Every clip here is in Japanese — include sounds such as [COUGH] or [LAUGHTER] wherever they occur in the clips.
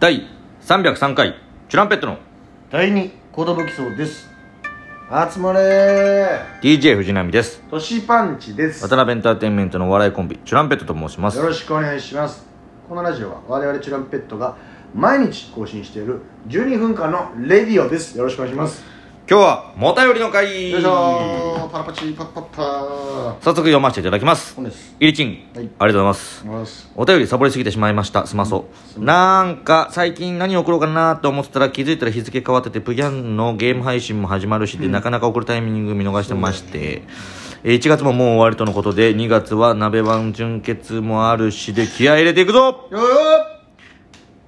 第303回チュランペットの第二コドブキそうです集まれ DJ 藤波ですートシパンチです渡辺エンターテインメントのお笑いコンビチュランペットと申しますよろしくお願いしますこのラジオは我々チュランペットが毎日更新している12分間のレディオですよろしくお願いします今日はもたよりの会よいしょーパラパチパッパッパー早速読ませていただきます本ですイリチン、はいありがとうございますお願いしますお便りサボりすぎてしまいましたすまそう、なんか最近何送ろうかなと思ってたら気づいたら日付変わっててプギャンのゲーム配信も始まるしで、なかなか送るタイミング見逃してまして、えー1月ももう終わりとのことで2月は鍋版準決もあるしで気合い入れていくぞよーよ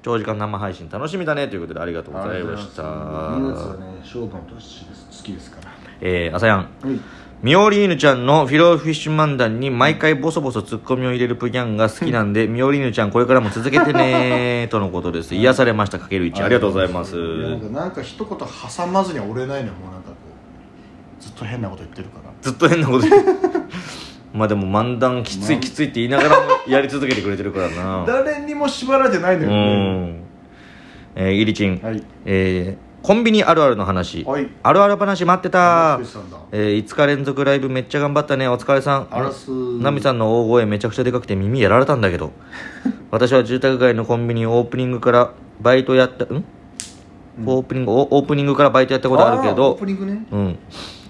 長時間生配信楽しみだねということでありがとうございました2月はね勝負の年です好きですからえー、朝やんはいミオリーヌちゃんのフィローフィッシュ漫談に毎回ボソボソツッコミを入れるプギャンが好きなん [LAUGHS] で、ミオリーヌちゃんこれからも続けてねーとのことです。癒されました、かける1。ありがとうございます。いやなんかなんか一言挟まずには折れないのよもうなんかこうずっと変なこと言ってるからずっと変なこと言ってまあでも漫談きついきついって言いながらもやり続けてくれてるからな。誰にも縛られてないのうよねん。えー、イリチン。はいえー、コンビニあるあるの話。はいあるある話待ってたあ福士さんだえー、5日連続ライブめっちゃ頑張ったねお疲れさんあらすナミさんの大声めちゃくちゃでかくて耳やられたんだ [LAUGHS] けど私は住宅街のコンビニオープニングからバイトやったんオープニングおオープニングからバイトやったことあるけーオーどプニングねうん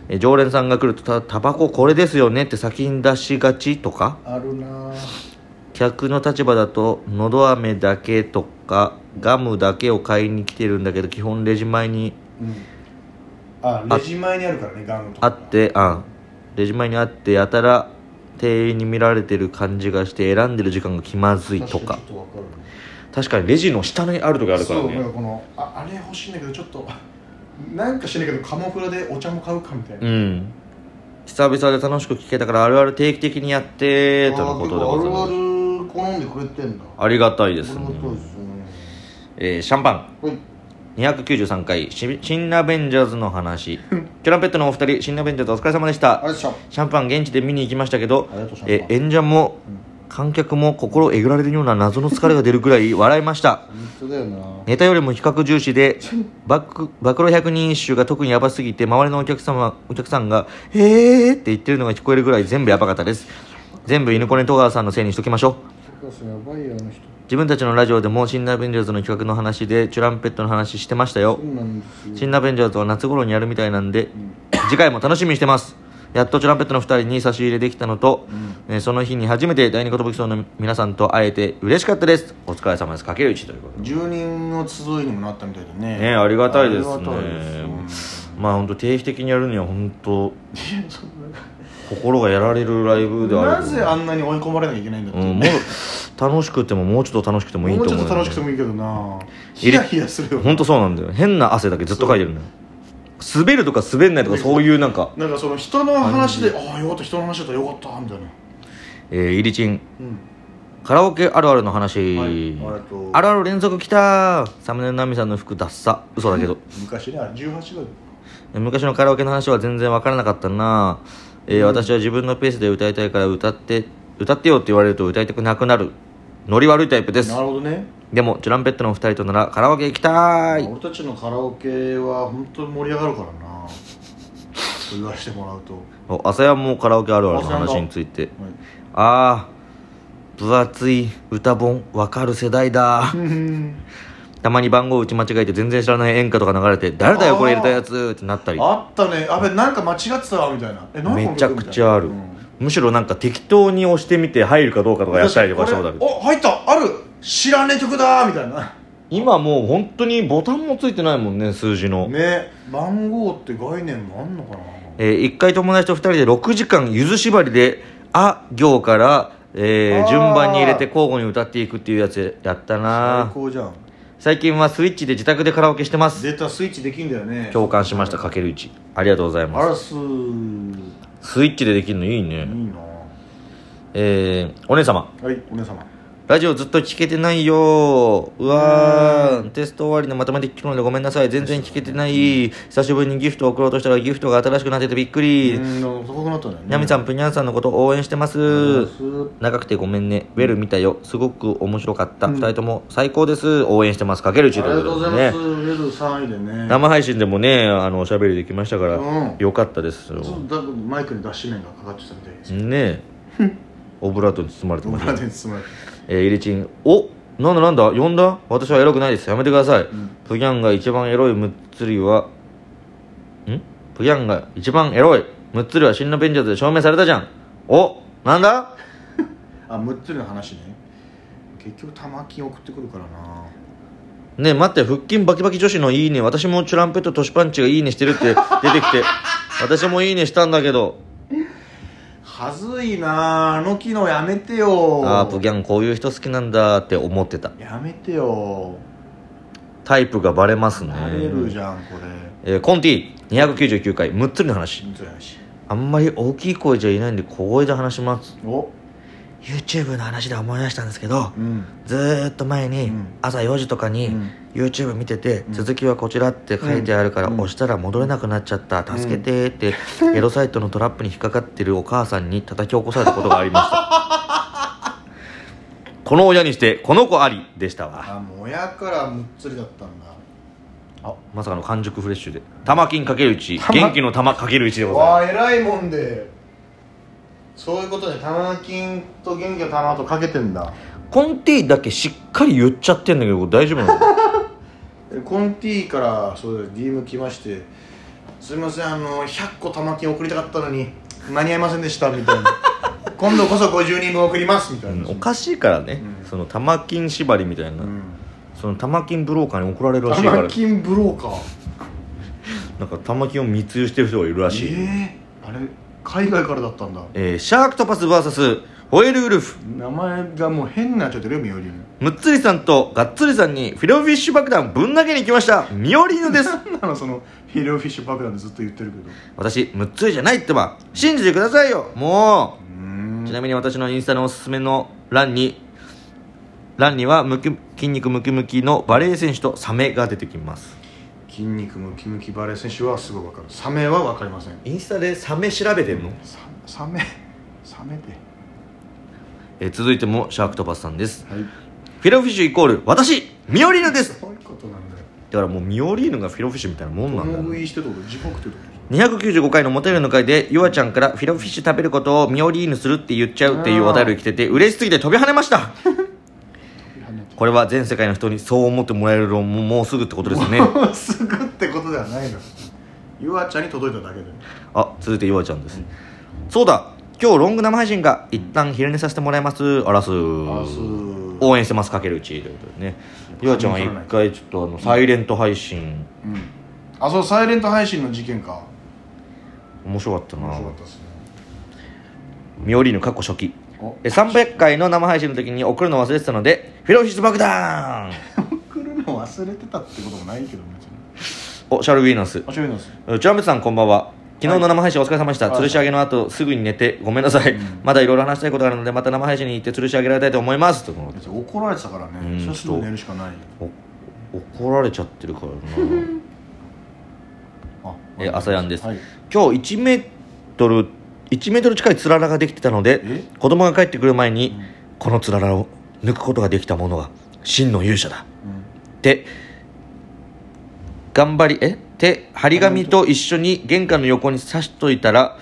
えー常連さんが来るとたタバコこれですよねって先に出しがちとかあるなぁ客の立場だとのど飴だけとかガムだけを買いに来てるんだけど基本レジ前にうんあレジ前にあるからねガムとあかってあレジ前にあってやたら店員に見られてる感じがして選んでる時間が気まずいとか確にちょっとわかるね確かにレジの下にある時あるからそうなんねかこのああれ欲しいんだけどちょっとなんかしないけどカモフラでお茶も買うかみたいなうん久々で楽しく聞けたからあるある定期的にやってとのことでございあまあするある好んでくれてんだありがたいでですあねりがたいですねえーシャンパンはい293回し新ラベンジャーズの [LAUGHS] 話キャランペットのお二人新ラベンジャーズお疲れ様でしたあれでしょシャンパン現地で見に行きましたけどありがとうシャンえパン演者も観客も心えぐられるような謎の疲れが出るくらい笑いました本当だよなネタよりも比較重視で暴露100人一首が特にヤバすぎて周りのお客様お客さんが「えー」って言ってるのが聞こえるぐらい全部ヤバかったです全部犬子ね戸川さんのせいにしときましょう高橋やばいよあの人自分たちのラジオでも「シンナーベンジャーズ」の企画の話でチュランペットの話してましたよそうなんですよシンナーベンジャーズは夏頃にやるみたいなんで、次回も楽しみにしてますやっとチュランペットの2人に差し入れできたのと、えーその日に初めて第二寿荘の皆さんと会えて嬉しかったですお疲れ様ですかける1ということで住人の集いにもなったみたいでねねありがたいですねありがたいですよまあ本当定期的にやるには本当心がやられるライブではあなるぜあんなに追い込まれなきゃいけないんだっうて、ん、もう楽しくてももうちょっと楽しくてもいいもとうち思うょっと楽しくてももいいけどな入ヒれヤヒヤするよ本当そうなんだよ変な汗だけずっとかいてるのよ滑るとか滑んないとかそういうなんかなんかその人の話でああよかった人の話だったらよかったみたいなえー、イリチンうんカラオケあるあるの話、はいありがとうあるある連続きたーサムネナミさんの服ダッサ嘘だけ [LAUGHS] ど昔ねあれ18だ昔のカラオケの話は全然分からなかったな、えー私は自分のペースで歌いたいから歌って歌ってよって言われると歌いたくなくなるノリ悪いタイプですなるほどねでもチュランペットのお二人とならカラオケ行きたーい俺たちのカラオケは本当に盛り上がるからなそう言わせてもらうと、お朝やもカラオケあるあるの話についてはいあー分厚い歌本分かる世代だたまに番号打ち間違えて全然知らない演歌とか流れて「誰だよこれ入れたやつ」ってなったりあったねあべなんか間違ってたわみたいなえなんかこめの曲ちゃくちゃある、みたいなうんむしろなんか適当に押してみて入るかどうかとかやったりとかしたことあるこれお入ったある知らねえ曲だみたいな今もう本当にボタンもついてないもんね数字の、ね番号って概念もあんのかなえー一回友達と二人で6時間ゆず縛りで「あ」行から、えーあー順番に入れて交互に歌っていくっていうやつやった最な高じゃん最近はスイッチで自宅でカラオケしてますデータスイッチできんだよね共感しましたかける1ありがとうございあまらすいいすスイッチでできるのいいね、なはえーお姉様いお姉様ラジオずっと聞けてないよーうわーテスト終わりのまとめて聞くのでごめんなさい全然聞けてない久しぶりにギフトを送ろうとしたらギフトが新しくなっててびっくりうん高くなったんだよねナミさんぷにゃんさんのこと応援してますうん長くてごめんねウェル見たよすごく面白かった、うん二人とも最高です応援してますかけるありちがとうございねます、ウェル3位でね生配信でもねあのおしゃべりできましたから、うんよかったですよそうだマイクに脱脂面がかかってたみたいですねえ [LAUGHS] オブラートに包まれてオまブしラたートに包まれてえー、イリチンおなんだなんだ呼んだ私はエロくないですやめてください、んプギャンが一番エロい6つりはんプギャンが一番エロい6つりは真のベンジャーズで証明されたじゃんおなんだあ6つの話ね結局玉金送ってくるからなねえ待って腹筋バキバキ女子の「いいね」私もチュランペットトシパンチが「いいね」してる [LAUGHS] って出てきて私も「いいね」したんだけどはずいなあの機能やめてよああプギャンこういう人好きなんだって思ってたやめてよタイプがバレますねなれるじゃんこれえーコンティ299回6つりの話本当やしあんまり大きい声じゃいないんで小声で話しますお YouTube の話で思い出したんですけど、うんずーっと前にうん朝4時とかにうん YouTube 見てて、続きはこちらって書いてあるからうん押したら戻れなくなっちゃった助けてーって、エロサイトのトラップに引っかかってるお母さんに叩き起こされたことがありました [LAUGHS] この親にしてこの子ありでしたわあもう親からむっつりだったんだあまさかの完熟フレッシュで玉金かける1玉元気の玉かける1でございますわあ偉いもんでそういうことで玉金と元気の玉とかけてんだコンティだけしっかり言っちゃってんだけど大丈夫なのえコンティからそうだ DM 来まして「すみませんあの100個玉金送りたかったのに間に合いませんでした」みた [LAUGHS] いな「今度こそ50人分送ります」みたいな、おかしいからね、うんその玉金縛りみたいな、うんその玉金ブローカーに怒られるらしいから玉金ブローカーなんか玉金を密輸してる人がいるらしい、ええー、あれ海外からだったんだーシャークトパス VS ホエールウルフ名前がもう変になっちゃってるよみよりんむっつりさんとがっつりさんにフィロフィッシュ爆弾ぶん投げに行きましたミオリーヌです [LAUGHS] 何なのそのフィレオフィッシュ爆弾でずっと言ってるけど私むっつりじゃないってば信じてくださいよもうーう、んちなみに私のインスタのおすすめの欄に欄にはムキ筋肉ムキムキのバレー選手とサメが出てきます筋肉ムキムキバレー選手はすごい分かるサメは分かりませんインスタでサメ調べてんの、ササメサメでえー続いてもシャークトパスさんですはいフィロフィッシュイコール私ミオリーヌですそういうことなんだよだからもうミオリーヌがフィロフィッシュみたいなもんなんだ物ね食いしてるとこと地獄ってこと295回のモテるの回でゆあちゃんからフィロフィッシュ食べることをミオリーヌするって言っちゃうっていうお便りが来てて嬉しすぎて飛び跳ねましたこれは全世界の人にそう思ってもらえるのももうすぐってことです [LAUGHS] ねすぐってことではないのゆあちゃんに届いただけであ続いてゆあちゃんです、そうだ今日ロング生配信が一旦昼寝させてもらいますあらすらす応援してますかけるうちということでねゆあちゃんは一回ちょっとあのサイレント配信うんあそうサイレント配信の事件か面白かった面な白かったですねミオリーヌ過去初期おえ300回の生配信の時に送るの忘れてたのでフィロフィッシュ爆弾送るの忘れてたってこともないけど別におシャルウィーナス面白いのですチュラムツさんこんばんは昨日の生配信お疲れ様でした、はい吊るし上げの後すぐに寝てごめんなさい、まだいろいろ話したいことがあるのでまた生配信に行って吊るし上げられたいと思いますということで別に怒られてたからうんねそれすぐ寝るしかないよお怒られちゃってるから [LAUGHS] なあえ朝やんですはい今日1メートル1メートル近いつららができてたのでえ子供が帰ってくる前に、このつららを抜くことができた者が真の勇者だうんで頑張りえって張り紙と一緒に玄関の横に刺しといたら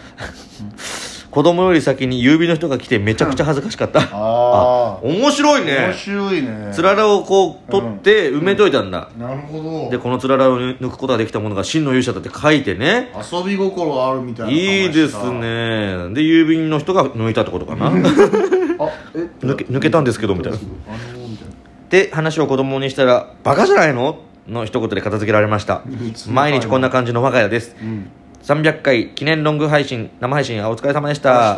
子供より先に郵便の人が来てめちゃくちゃ恥ずかしかったああ面白いね面白いねつららをこう取って埋めといたんだ、なるほでどこのつららを抜くことができたものが真の勇者だって書いてね遊び心あるみたいな感じいいですねで郵便の人が抜いたってこと [LAUGHS] かなあえ抜け抜けたんですけどみたいなあのみたいなで話を子供にしたら「バカじゃないの?」の一言で片付けられましたうん毎日こんな感じの我が家ですうん300回記念ロング配信生配信お疲れ様でした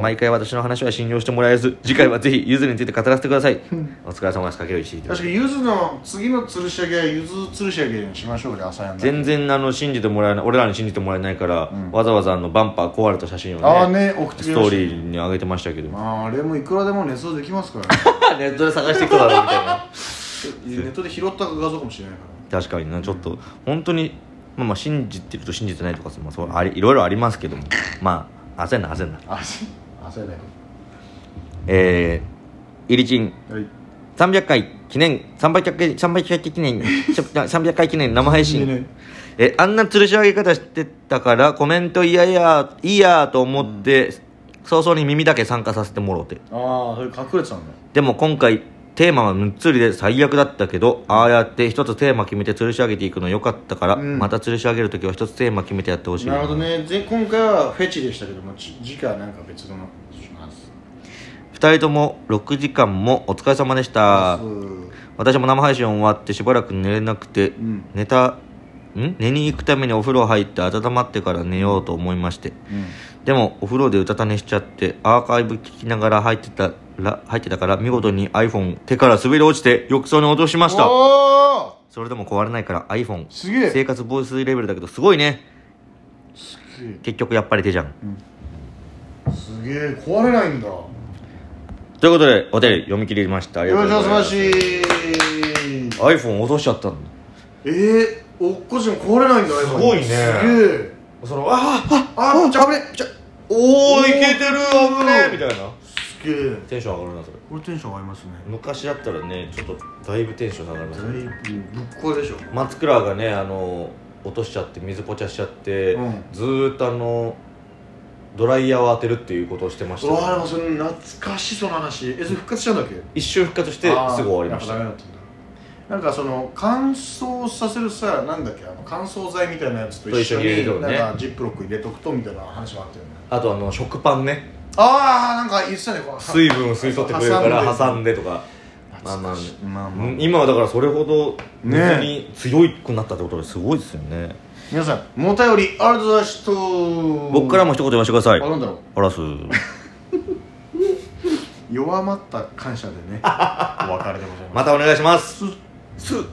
毎回私の話は信用してもらえず次回はぜひゆずについて語らせてくださいお疲れ様ですかける石井確かにゆずの次の吊るし上げはゆず吊るし上げにしましょうじゃあ朝やんだ全然あの信じてもらえない俺らに信じてもらえないから、わざわざあのバンパー壊れた写真ああをねね送ってくスれまトーしたリーに上げてましたけどネ [LAUGHS] まああれもいくらでもねそうできますからットで探してきただろみたいなネットで拾った画像かもしれないから確かになちょっと本当にまあまあ信じてると信じてないとかまあそうありいろいろありますけどもまあ焦んな焦んなあそう焦れないえー、イリチンはい300回記念300回300回記念 [LAUGHS] ちょ300回記念生配死ねない信えあんな吊るし上げ方してたからコメントいやいやいいやと思って、早々に耳だけ参加させてもろうてああそれ隠れてたんだでも今回テーマは6つりで最悪だったけどああやって一つテーマ決めて吊るし上げていくの良かったから、うんまた吊るし上げる時は一つテーマ決めてやってほしいなるほどねで今回はフェチでしたけどもち次回はなんか別のします2人とも6時間もお疲れ様でしたうん私も生配信終わってしばらく寝れなくて、ん寝たん寝に行くためにお風呂入って温まってから寝ようと思いましてでもお風呂でうたた寝しちゃってアーカイブ聞きながら入ってたら入ってたから見事に iPhone 手から滑り落ちて浴槽に落としましたおーそれでも壊れないから iPhone すげえ生活防水レベルだけどすごいねすげえ結局やっぱり手じゃんすげえ壊れないんだよということでお手入れ読み切りましたありがとっうしござゃい素晴まらすしい iPhone 落としちゃったんだえー、おっこちも壊れないんだすごいねすげえそのあーあじゃあ危ねじゃおおおーいけてる危ねえみたいなすげえテンション上がるなそれこれテンション上がりますね昔だったらねちょっとだいぶテンション上がりまだしいたぶねぶっ壊れでしょ松倉がねあの落としちゃって水ぽちゃしちゃって、うんずーっとあのドライヤーを当てるっていうことをしてましうわあでた、もそれ懐かしいその話えそれ復活したんだっけ一瞬復活してすぐあー終わりましやたっぱダメだったんだなんかその乾燥させるさなんだっけあの乾燥剤みたいなやつと一緒とに一緒に入れるとねなんかジップロック入れとくとみたいな話もあったよねあとあの食パンねああなんか言ってたねこう水分を吸い取ってくれるから挟挟んんでとかまあまあまあまあうん今はだからそれほど水ねに強くなったってことですごいですよね皆さんもうお便りありがとうございました僕からもも一言言わせてくださいあなんだろうあらす弱まった感謝でねお別れでございますまたお願いしますす